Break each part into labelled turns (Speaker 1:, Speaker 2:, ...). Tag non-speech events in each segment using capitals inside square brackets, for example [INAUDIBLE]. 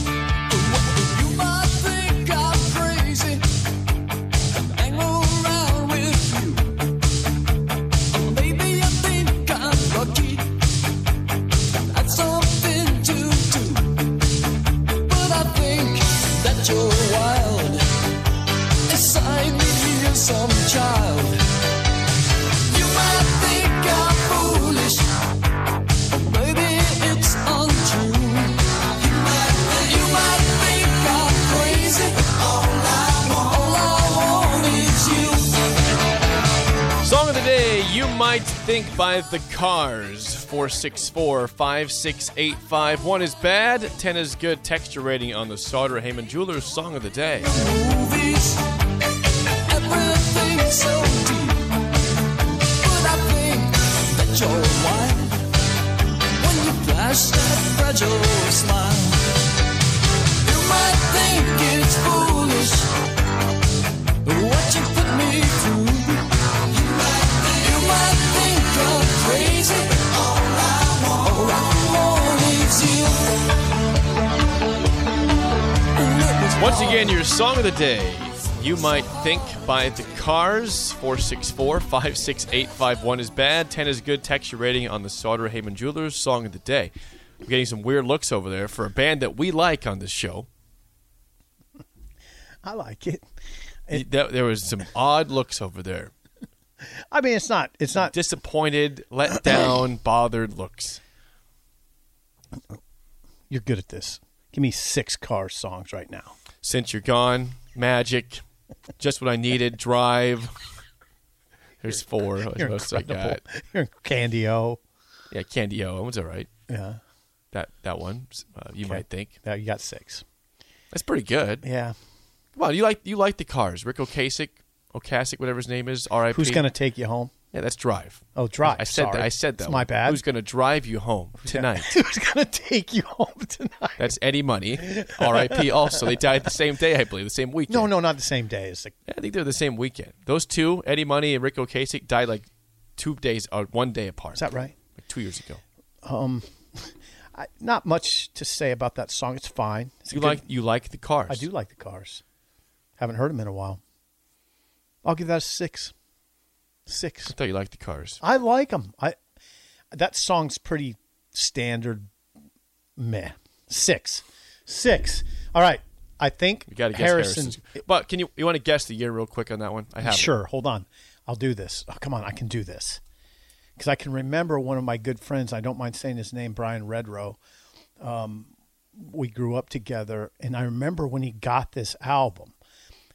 Speaker 1: You might think I'm crazy, and hang around with you. Maybe I think I'm lucky, that's something to do. But I think that you're wild, a sign that some child. You might think I'm foolish, maybe it's untrue. You might think I'm crazy, all I want is you.
Speaker 2: Song of the day, you might think by the cars. 464 56851 is bad, 10 is good. Texture rating on the Sauter Heyman Jewelers Song of the Day.
Speaker 1: Movies, everything's so deep, but I think that you're wild when you flash that fragile smile. You might think it's foolish what you put me through. You might think I'm crazy. All I want is you.
Speaker 2: Once again, your Song of the Day, you might think by the cars. 464 56851 is bad, 10 is good. Texture rating on the Sauter Heyman Jewelers Song of the Day. We're getting some weird looks over there for a band that we like on this show.
Speaker 3: I like it.
Speaker 2: There there was some odd looks over there.
Speaker 3: I mean, it's not. It's not.
Speaker 2: disappointed,
Speaker 3: [CLEARS THROAT]
Speaker 2: let down, bothered looks.
Speaker 3: You're good at this. Give me six car songs right now. [LAUGHS]
Speaker 2: Since you're gone, magic, just what I needed, drive. There's
Speaker 3: [LAUGHS]
Speaker 2: four.
Speaker 3: You're
Speaker 2: What else I
Speaker 3: incredible.
Speaker 2: got?
Speaker 3: You're Candy O.
Speaker 2: Yeah, Candy O. That one's all right.
Speaker 3: Yeah.
Speaker 2: That that one, uh, you might think
Speaker 3: Now you got six.
Speaker 2: that's pretty good.
Speaker 3: Yeah.
Speaker 2: Well, you like you like the cars. Rick Ocasek, Ocasek, whatever his name is. R.I.P.
Speaker 3: Who's gonna take you home? [LAUGHS]
Speaker 2: Yeah, that's drive.
Speaker 3: Oh, Drive,
Speaker 2: I said that.
Speaker 3: sorry.
Speaker 2: I said that.
Speaker 3: It's my
Speaker 2: one.
Speaker 3: bad.
Speaker 2: Who's gonna drive you
Speaker 3: [LAUGHS]
Speaker 2: home tonight?
Speaker 3: Who's gonna take you home tonight?
Speaker 2: That's Eddie Money.
Speaker 3: [LAUGHS]
Speaker 2: R.I.P. Also, they died the same day, I believe, the same weekend.
Speaker 3: No, no, not the same day. It's like
Speaker 2: I think they're the same weekend. Those two, Eddie Money and Rick Ocasek, died like two days or one day apart.
Speaker 3: Is that right?
Speaker 2: Like two years ago.
Speaker 3: I, not much to say about that song. It's fine. It's a
Speaker 2: You
Speaker 3: good-
Speaker 2: like you like the cars.
Speaker 3: I do like the cars. Haven't heard them in a while. I'll give that a six. Six.
Speaker 2: I thought you liked the cars.
Speaker 3: I like them. I that song's pretty standard. Meh. Six. Six. All right. I think
Speaker 2: You got to guess
Speaker 3: Harrison.
Speaker 2: Harrison. But can you you want to guess the year real quick on that one? I have it.
Speaker 3: Sure. Hold on. I'll do this. Oh, come on. I can do this. Because I can remember one of my good friends. I don't mind saying his name, Brian Redrow. Um, we grew up together. And I remember when he got this album.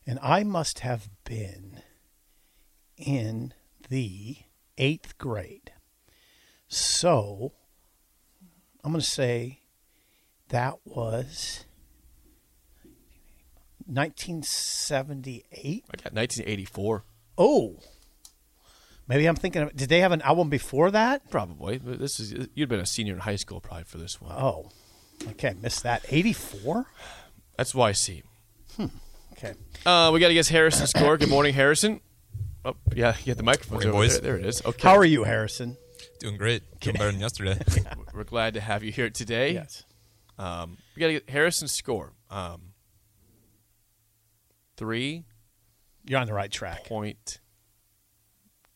Speaker 3: And I must have been in the eighth grade. So I'm going to say that was 1978.
Speaker 2: I got 1984
Speaker 3: Oh, maybe I'm thinking of. Did they have an album before that?
Speaker 2: probably. But This is you'd been a senior in high school probably for this one.
Speaker 3: Oh, okay, missed that. '84.
Speaker 2: That's YC.
Speaker 3: Okay,
Speaker 2: Uh, we got to guess Harrison's score. Good morning, Harrison. Oh yeah, yeah. The microphone's
Speaker 4: Morning,
Speaker 2: over
Speaker 4: boys.
Speaker 2: there. There it is. Okay.
Speaker 3: how are you, Harrison?
Speaker 4: Doing great. Doing better
Speaker 3: [LAUGHS]
Speaker 4: than yesterday.
Speaker 2: We're glad to have you here today. Um, we got to get Harrison's score. Um, three
Speaker 3: you're on the right track.
Speaker 2: point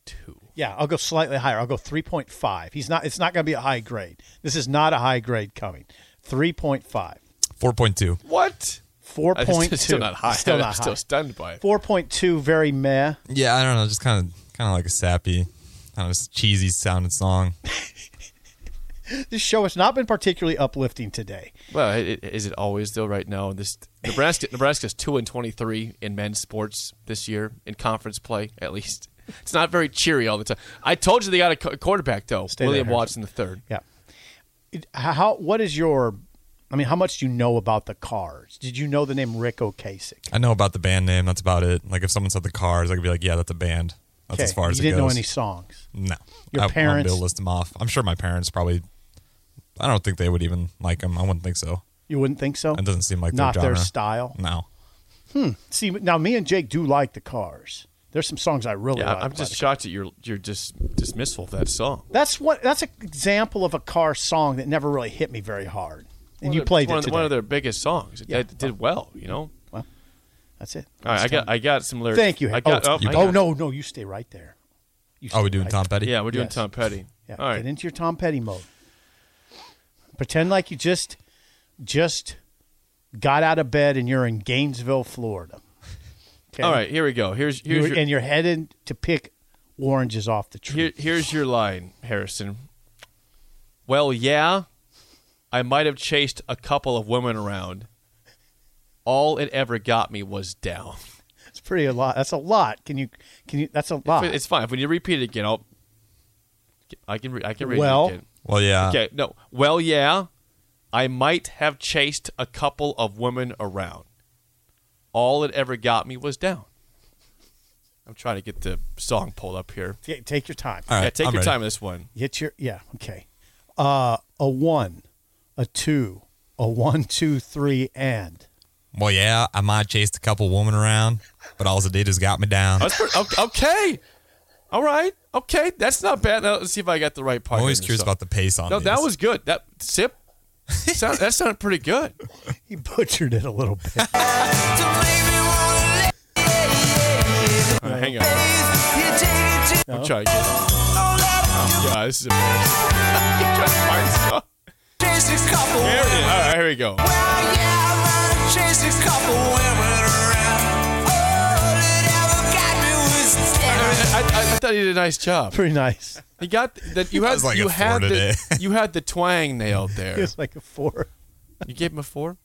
Speaker 2: two.
Speaker 3: Yeah, I'll go slightly higher. I'll go 3.5. He's not. It's not going to be a high grade. This is not a high grade coming. 3.5.
Speaker 4: 4.2.
Speaker 2: What?
Speaker 3: Four
Speaker 2: That's
Speaker 3: point two.
Speaker 2: Still not high.
Speaker 3: Still
Speaker 2: I'm
Speaker 3: not
Speaker 2: still
Speaker 3: high.
Speaker 2: stunned by it.
Speaker 3: Four point two. Very meh.
Speaker 4: Yeah, I don't know. Just kind of kind of like a sappy, kind of cheesy sounding song.
Speaker 3: This show has not been particularly uplifting today.
Speaker 2: Well, i- i- is it always though? Right now, this Nebraska Nebraska's two and twenty three in men's sports this year in conference play. At least it's not very cheery all the time. I told you they got a qu- quarterback though,
Speaker 3: Stay there,
Speaker 2: William
Speaker 3: Harrison.
Speaker 2: Watson the third.
Speaker 3: Yeah. It- How? What is your I mean, how much do you know about the Cars? Did you know the name Rick Ocasek?
Speaker 4: I know about the band name. That's about it. Like if someone said the Cars, I could be like, yeah, that's a band. That's as far as
Speaker 3: you
Speaker 4: it
Speaker 3: didn't
Speaker 4: goes.
Speaker 3: know any songs.
Speaker 4: No,
Speaker 3: Your
Speaker 4: I won't
Speaker 3: parents-
Speaker 4: be able to list them off. I'm sure my parents probably. I don't think they would even like them. I wouldn't think so.
Speaker 3: You wouldn't think so.
Speaker 4: It doesn't seem like
Speaker 3: not
Speaker 4: their genre.
Speaker 3: their style.
Speaker 4: No,
Speaker 3: See, now me and Jake do like the Cars. There's some songs I really
Speaker 2: Yeah,
Speaker 3: like.
Speaker 2: I'm
Speaker 3: by
Speaker 2: just
Speaker 3: the-
Speaker 2: shocked at your your dis- dismissal of that song.
Speaker 3: that's what. That's an example of a car song that never really hit me very hard. And
Speaker 2: One
Speaker 3: you
Speaker 2: of their-
Speaker 3: played
Speaker 2: one
Speaker 3: it
Speaker 2: of,
Speaker 3: today.
Speaker 2: the- one of their biggest songs. It,
Speaker 3: Yeah.
Speaker 2: it did well, you know.
Speaker 3: that's it.
Speaker 2: All right, I got I got some lyrics.
Speaker 3: Thank you.
Speaker 2: I
Speaker 3: Hank.
Speaker 2: got,
Speaker 3: oh,
Speaker 2: oh, I
Speaker 3: oh,
Speaker 2: got-
Speaker 3: no, no, you stay right there. You
Speaker 4: oh,
Speaker 3: stay
Speaker 4: we doing
Speaker 3: right
Speaker 4: Tom Petty.
Speaker 2: Yeah, we're doing
Speaker 3: Yes.
Speaker 2: Tom Petty.
Speaker 3: Yeah,
Speaker 2: All right.
Speaker 3: get into your Tom Petty mode. Pretend like you just just got out of bed and you're in Gainesville, Florida. Okay?
Speaker 2: All right, here we go. Here's here's
Speaker 3: You're-
Speaker 2: your,
Speaker 3: and you're headed to pick oranges off the tree.
Speaker 2: here, here's your line, Harrison. Well, yeah, I might have chased a couple of women around. All it ever got me was down.
Speaker 3: It's pretty a lot. That's a lot. Can you? Can you? That's a lot.
Speaker 2: It's fine. When you repeat it again, I'll. I can re- I can read
Speaker 3: Well-
Speaker 2: it again.
Speaker 4: Well, yeah.
Speaker 2: Okay, no. Well, yeah, I might have chased a couple of women around. All it ever got me was down. I'm trying to get the song pulled up here.
Speaker 3: Ta- take your time.
Speaker 4: All right,
Speaker 2: yeah, take
Speaker 4: I'm
Speaker 2: your
Speaker 4: ready.
Speaker 2: time with this one.
Speaker 3: Hit your. Yeah. Okay. Uh, a one, a two, a one, two, three, and.
Speaker 4: Well, yeah, I might chased a couple women around, but all it did is got me down.
Speaker 2: That's pretty, okay, okay. All right. Okay. That's not bad. Now, let's see if I got the right part.
Speaker 4: I'm always
Speaker 2: here.
Speaker 4: curious
Speaker 2: So-
Speaker 4: about the pace on
Speaker 2: No,
Speaker 4: these.
Speaker 2: that was good. That
Speaker 4: [LAUGHS]
Speaker 2: sip. sound, that sounded pretty good.
Speaker 3: He butchered it a little bit.
Speaker 2: All right, hang on. I'm trying to get. Yeah, this is [LAUGHS] embarrassing. I'm trying to find the song. Here it is. All right, here we go. I, I, I thought he did a nice job.
Speaker 3: pretty nice.
Speaker 2: He got that. You had
Speaker 4: was like
Speaker 2: you
Speaker 4: a
Speaker 2: had
Speaker 4: four
Speaker 2: the
Speaker 4: today.
Speaker 2: [LAUGHS] you had the twang nailed
Speaker 3: It
Speaker 2: there.
Speaker 3: was like a four.
Speaker 2: You gave him a four.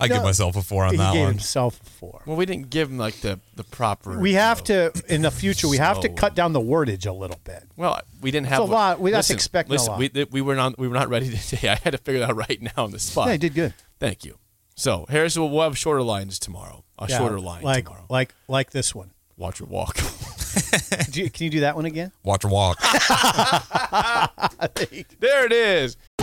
Speaker 4: I
Speaker 3: No.
Speaker 4: give myself a four on
Speaker 3: He
Speaker 4: that
Speaker 3: gave
Speaker 4: one.
Speaker 3: himself a four.
Speaker 2: Well, we didn't give him like the the proper.
Speaker 3: We have to in the future. We have to
Speaker 2: So-
Speaker 3: cut down the wordage a little bit.
Speaker 2: Well, we didn't have
Speaker 3: a lot. We- that's
Speaker 2: listen,
Speaker 3: expecting a
Speaker 2: Listen,
Speaker 3: lot.
Speaker 2: we th- we were not we were not ready [LAUGHS] today. I had to figure that out right now on the spot.
Speaker 3: Yeah, you did good.
Speaker 2: Thank you. So Harris, we'll we'll have shorter lines tomorrow. A
Speaker 3: Yeah,
Speaker 2: shorter line
Speaker 3: like
Speaker 2: tomorrow.
Speaker 3: like like this one.
Speaker 2: Watch your walk. [LAUGHS]
Speaker 3: Do you- can you do that one again?
Speaker 4: Watch her walk.
Speaker 2: there it is.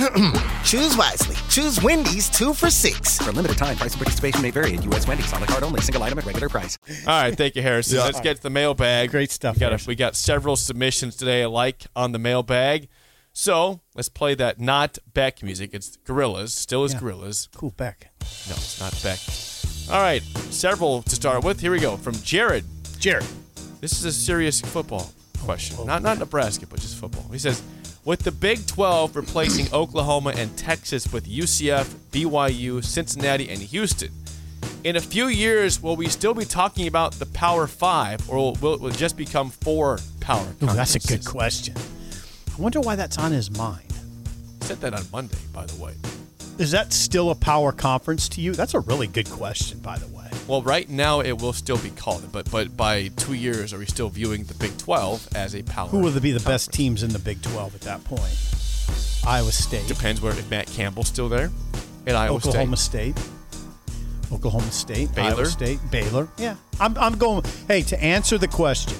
Speaker 5: [CLEARS THROAT] Choose wisely. Choose Wendy's two for six.
Speaker 6: For a limited time, price and participation may vary at U.S. Wendy's on the card only, single item at regular price.
Speaker 2: All right, thank you, Harrison.
Speaker 4: Yeah.
Speaker 2: Let's get to the mailbag.
Speaker 3: Great stuff,
Speaker 2: We got, a,
Speaker 3: Harrison.
Speaker 2: we got several submissions today, like on the mailbag. So let's play that not Beck music. It's Gorillas. Still is
Speaker 3: Yeah.
Speaker 2: Gorillas.
Speaker 3: Cool, Beck.
Speaker 2: No, it's not Beck. All right, several to start with. Here we go from Jared.
Speaker 3: Jared. Oh.
Speaker 2: This is a serious football question. Not not Nebraska, but just football. He says, with the Big 12
Speaker 3: [CLEARS THROAT]
Speaker 2: replacing Oklahoma and Texas with UCF, BYU, Cincinnati, and Houston, in a few years, will we still be talking about the Power Five, or will, will it just become four power?
Speaker 3: Ooh, that's a good
Speaker 2: conferences?
Speaker 3: question. I wonder why that's on his mind.
Speaker 2: He Said that on Monday, by the way.
Speaker 3: Is that still a power conference to you? That's a really good question, by the way.
Speaker 2: Well, right now it will still be called it, but but by two years, are we still viewing the Big 12 as a power?
Speaker 3: Who will be the
Speaker 2: conference?
Speaker 3: best teams in the Big 12 at that point? Iowa State,
Speaker 2: Depends where if Matt Campbell's still there, at Iowa
Speaker 3: Oklahoma
Speaker 2: State.
Speaker 3: State. Oklahoma State, Iowa
Speaker 2: Baylor.
Speaker 3: State, Baylor. Yeah, I'm, I'm going. Hey, to answer the question,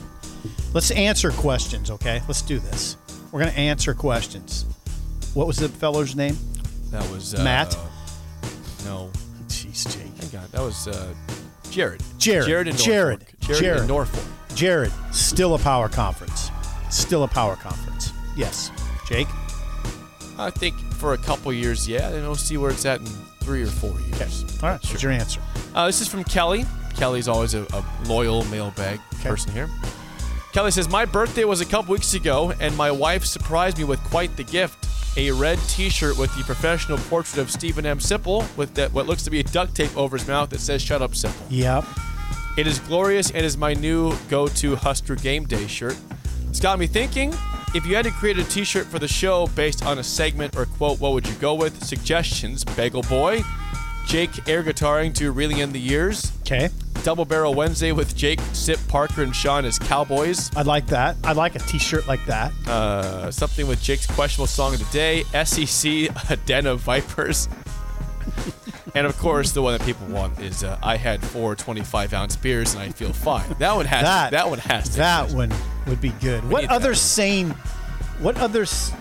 Speaker 3: let's answer questions, okay? Let's do this. We're going to answer questions. What was the fellow's name?
Speaker 2: That was uh,
Speaker 3: Matt?
Speaker 2: No,
Speaker 3: Jeez, Jake.
Speaker 2: thank God. That was uh, Jared.
Speaker 3: Jared.
Speaker 2: Jared in Norfolk. Jared,
Speaker 3: Jared.
Speaker 2: in
Speaker 3: Jared.
Speaker 2: Norfolk.
Speaker 3: Jared, still a power conference. Still a power conference. Yes. Jake?
Speaker 2: I think for a couple years, yeah. Then we'll see where it's at in three or four years.
Speaker 3: All right. What's your answer?
Speaker 2: Uh, this is from Kelly. Kelly's always a, a loyal mailbag
Speaker 3: Okay.
Speaker 2: person here. Kelly says, My birthday was a couple weeks ago, and my wife surprised me with quite the gift a red t shirt with the professional portrait of Stephen M. Sipple with that, what looks to be duct tape over his mouth that says, Shut up, Sipple.
Speaker 3: Yep.
Speaker 2: It is glorious and is my new go to Huster Game Day shirt. It's got me thinking if you had to create a t shirt for the show based on a segment or quote, what would you go with? Suggestions Bagel Boy, Jake air guitaring to Reeling in the Years,
Speaker 3: Okay.
Speaker 2: Double Barrel Wednesday with Jake, Sip, Parker, and Sean as Cowboys,
Speaker 3: I like that. I like a T-shirt like that.
Speaker 2: uh, something with Jake's questionable song of the day, SEC, A [LAUGHS] Den of Vipers. [LAUGHS] And of course, the one that people want is uh, I had four 25 ounce beers and I feel fine. That one has
Speaker 3: that
Speaker 2: to, that one has to
Speaker 3: That one would be good. what
Speaker 2: need
Speaker 3: other
Speaker 2: that.
Speaker 3: sane? What others?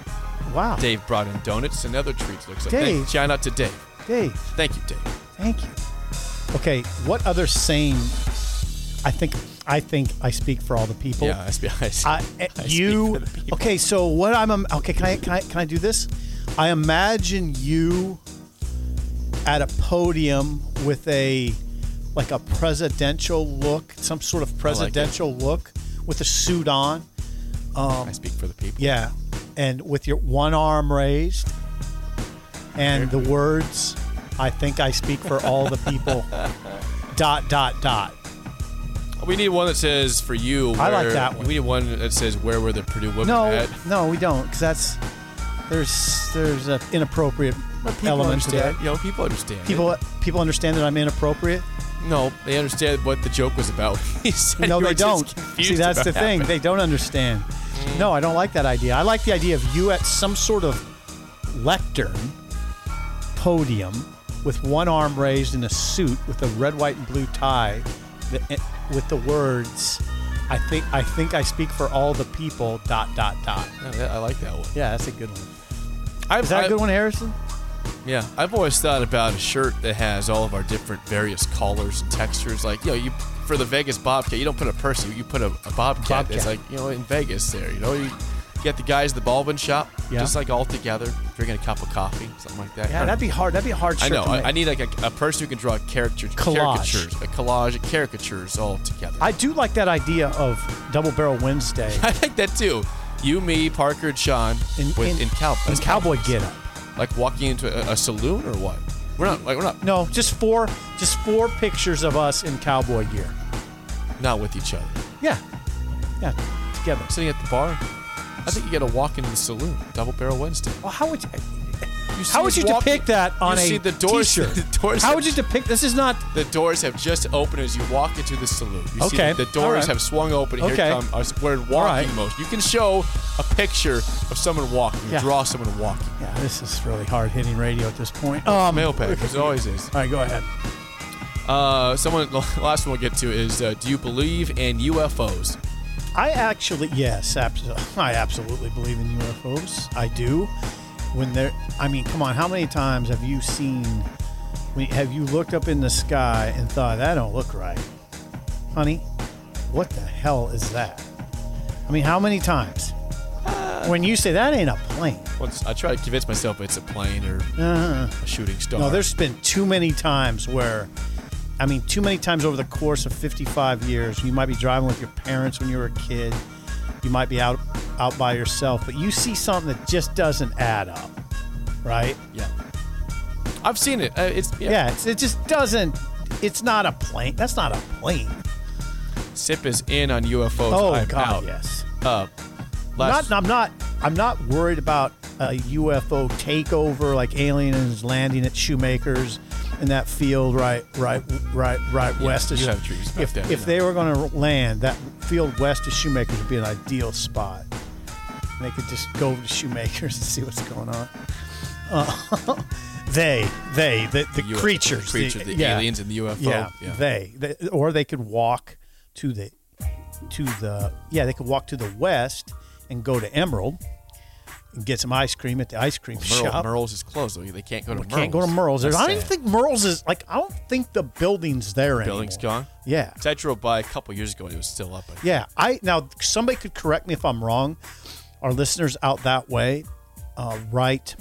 Speaker 3: Wow, Dave.
Speaker 2: Dave brought in donuts and other treats. Looks like
Speaker 3: Dave.
Speaker 2: Thank, shout out to Dave. Thank you, Dave.
Speaker 3: thank you. Okay, what other sane? I think I think I speak for all the people.
Speaker 2: Yeah, I spe- [LAUGHS] I spe-
Speaker 3: Oh. I, eh,
Speaker 2: I speak
Speaker 3: you
Speaker 2: for the people.
Speaker 3: okay? So what I'm im- okay? Can I can I can I do this? I imagine you at a podium with a like a presidential look, some sort of presidential look with a suit on.
Speaker 2: I speak for the people.
Speaker 3: Yeah, and with your one arm raised, and the words, "I think I speak for all the people."
Speaker 2: [LAUGHS]
Speaker 3: dot dot dot.
Speaker 2: We need one that says for you.
Speaker 3: I like
Speaker 2: where-
Speaker 3: that one.
Speaker 2: We need one that says where were the Purdue women
Speaker 3: No,
Speaker 2: at.
Speaker 3: no, we don't, because that's there's there's an inappropriate element to that.
Speaker 2: understand. You know, people understand. it.
Speaker 3: People people understand that
Speaker 2: [LAUGHS]
Speaker 3: I'm inappropriate.
Speaker 2: no, they understand what the joke was about. [LAUGHS] He said
Speaker 3: No,
Speaker 2: you
Speaker 3: they
Speaker 2: were just
Speaker 3: don't.
Speaker 2: confused
Speaker 3: See, that's the
Speaker 2: about Mm.
Speaker 3: thing.
Speaker 2: happening.
Speaker 3: They don't understand. No, I don't like that idea. I like the idea of you at some sort of lectern podium with one arm raised in a suit with a red, white, and blue tie that, eh, with the words, I think I think I speak for all the people, dot, dot, dot.
Speaker 2: No, that- Oh, I like that one.
Speaker 3: Yeah, that's a good one.
Speaker 2: I've,
Speaker 3: Is that
Speaker 2: I-
Speaker 3: a good one, Harrison?
Speaker 2: Yeah, I've always thought about a shirt that has all of our different various colors and textures. Like, you know, you for the Vegas Bobcat, you don't put a person, you put a, a Bobcat. It's
Speaker 3: Bobcat.
Speaker 2: like you know in Vegas there. You know, you get the guys at the Baldwin shop,
Speaker 3: Yeah.
Speaker 2: just like all together, drinking a cup of coffee, something like that.
Speaker 3: Yeah,
Speaker 2: I
Speaker 3: that'd be hard. That'd be a hard
Speaker 2: I
Speaker 3: shirt
Speaker 2: know.
Speaker 3: to
Speaker 2: I,
Speaker 3: make.
Speaker 2: I need like a, a person who can draw caricature,
Speaker 3: Collage.
Speaker 2: caricatures, a collage, of caricatures all together.
Speaker 3: I do like that idea of Double Barrel Wednesday
Speaker 2: [LAUGHS] I like that too. You, me, Parker, and Sean,
Speaker 3: in,
Speaker 2: with,
Speaker 3: in,
Speaker 2: in, cow,
Speaker 3: in
Speaker 2: as
Speaker 3: cowboy
Speaker 2: cowboys.
Speaker 3: get up.
Speaker 2: like walking into a, a saloon or what? We're not like we're not
Speaker 3: No, just four, just four pictures of us in cowboy gear.
Speaker 2: not with each other.
Speaker 3: Yeah, yeah, together.
Speaker 2: sitting at the bar. I think you got to walk into the saloon. Double Barrel Wednesday.
Speaker 3: Well, how would you,
Speaker 2: You see
Speaker 3: how would you
Speaker 2: walk-
Speaker 3: depict that on
Speaker 2: you
Speaker 3: a
Speaker 2: see the doors, [LAUGHS]
Speaker 3: t-shirt?
Speaker 2: The doors
Speaker 3: how
Speaker 2: have-
Speaker 3: would you depict? This is not.
Speaker 2: the doors have just opened as you walk into the saloon. You see the,
Speaker 3: Okay,
Speaker 2: the
Speaker 3: all
Speaker 2: doors
Speaker 3: right.
Speaker 2: have swung open. Here
Speaker 3: Okay.
Speaker 2: come us. We're in walking
Speaker 3: All right.
Speaker 2: motion. You can show a picture of someone walking.
Speaker 3: Yeah.
Speaker 2: Draw someone walking.
Speaker 3: Yeah, this is really hard hitting radio at this point. Um,
Speaker 2: Mailbag, as always is.
Speaker 3: All right, go ahead.
Speaker 2: Uh, someone [LAUGHS] the last one we'll get to is uh, Do you believe in UFOs?
Speaker 3: I actually, yes, absolutely. I absolutely believe in UFOs. I do. When they're, I mean, come on, how many times have you seen, when- have you looked up in the sky and thought, that don't look right? Honey, what the hell is that? I mean, how many times? When you say that ain't a plane.
Speaker 2: Once I try to convince myself it's a plane or a shooting star.
Speaker 3: Uh-huh. No, there's been too many times where, I mean, too many times over the course of 55 years, you might be driving with your parents when you were a kid, you might be out out by yourself, but you see something that just doesn't add up, right?
Speaker 2: yeah. I've seen it. Uh, it's yeah.
Speaker 3: Yeah, it's, it just doesn't. It's not a plane. That's not a plane.
Speaker 2: Oh, Sip is in on UFOs.
Speaker 3: Oh
Speaker 2: I'm
Speaker 3: God,
Speaker 2: out.
Speaker 3: yes.
Speaker 2: Uh, last,
Speaker 3: Not, I'm not. I'm not worried about a UFO takeover, like aliens landing at Shoemakers in that field, right, right, right, right west. of
Speaker 2: you have trees back
Speaker 3: If,
Speaker 2: there,
Speaker 3: if
Speaker 2: yeah.
Speaker 3: they were going to land, that field west of Shoemakers would be an ideal spot. And they could just go to Shoemakers and see what's going on. Uh, [LAUGHS] they, they, the, the
Speaker 2: UFO
Speaker 3: creatures,
Speaker 2: creature, the
Speaker 3: yeah.
Speaker 2: aliens and the UFO.
Speaker 3: Yeah,
Speaker 2: Yeah.
Speaker 3: They, they, or they could walk to the, to the, yeah, they could walk to the west and go to Emerald and get some ice cream at the ice cream
Speaker 2: Merle,
Speaker 3: shop.
Speaker 2: Merle's is closed though. They can't go to Merle's.
Speaker 3: Can't go to Merle's. There's-
Speaker 2: That's
Speaker 3: I don't even
Speaker 2: sad.
Speaker 3: think Merle's is like. I don't think the building's there anymore.
Speaker 2: building's gone.
Speaker 3: Yeah,
Speaker 2: 'Cause I drove by a couple years ago and it was still up. I think.
Speaker 3: yeah. I now somebody could correct me if I'm wrong. Our listeners out that way, uh, right,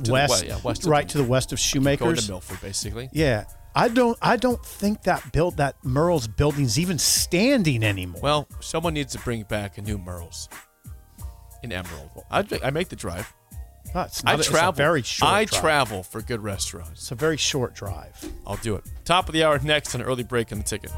Speaker 2: the
Speaker 3: west,
Speaker 2: west- yeah, west of-
Speaker 3: right to the west of
Speaker 2: Going
Speaker 3: Shoemakers.
Speaker 2: to Milford basically.
Speaker 3: Yeah. I don't I don't think that built that Merle's building's even standing anymore.
Speaker 2: Well, someone needs to bring back a new Merle's in Emerald. I, I make the drive.
Speaker 3: No, it's
Speaker 2: I
Speaker 3: not- it's a
Speaker 2: travel.
Speaker 3: very short
Speaker 2: I
Speaker 3: drive.
Speaker 2: travel for good restaurants.
Speaker 3: It's a very short drive.
Speaker 2: I'll do it. Top of the hour next on early break on the ticket.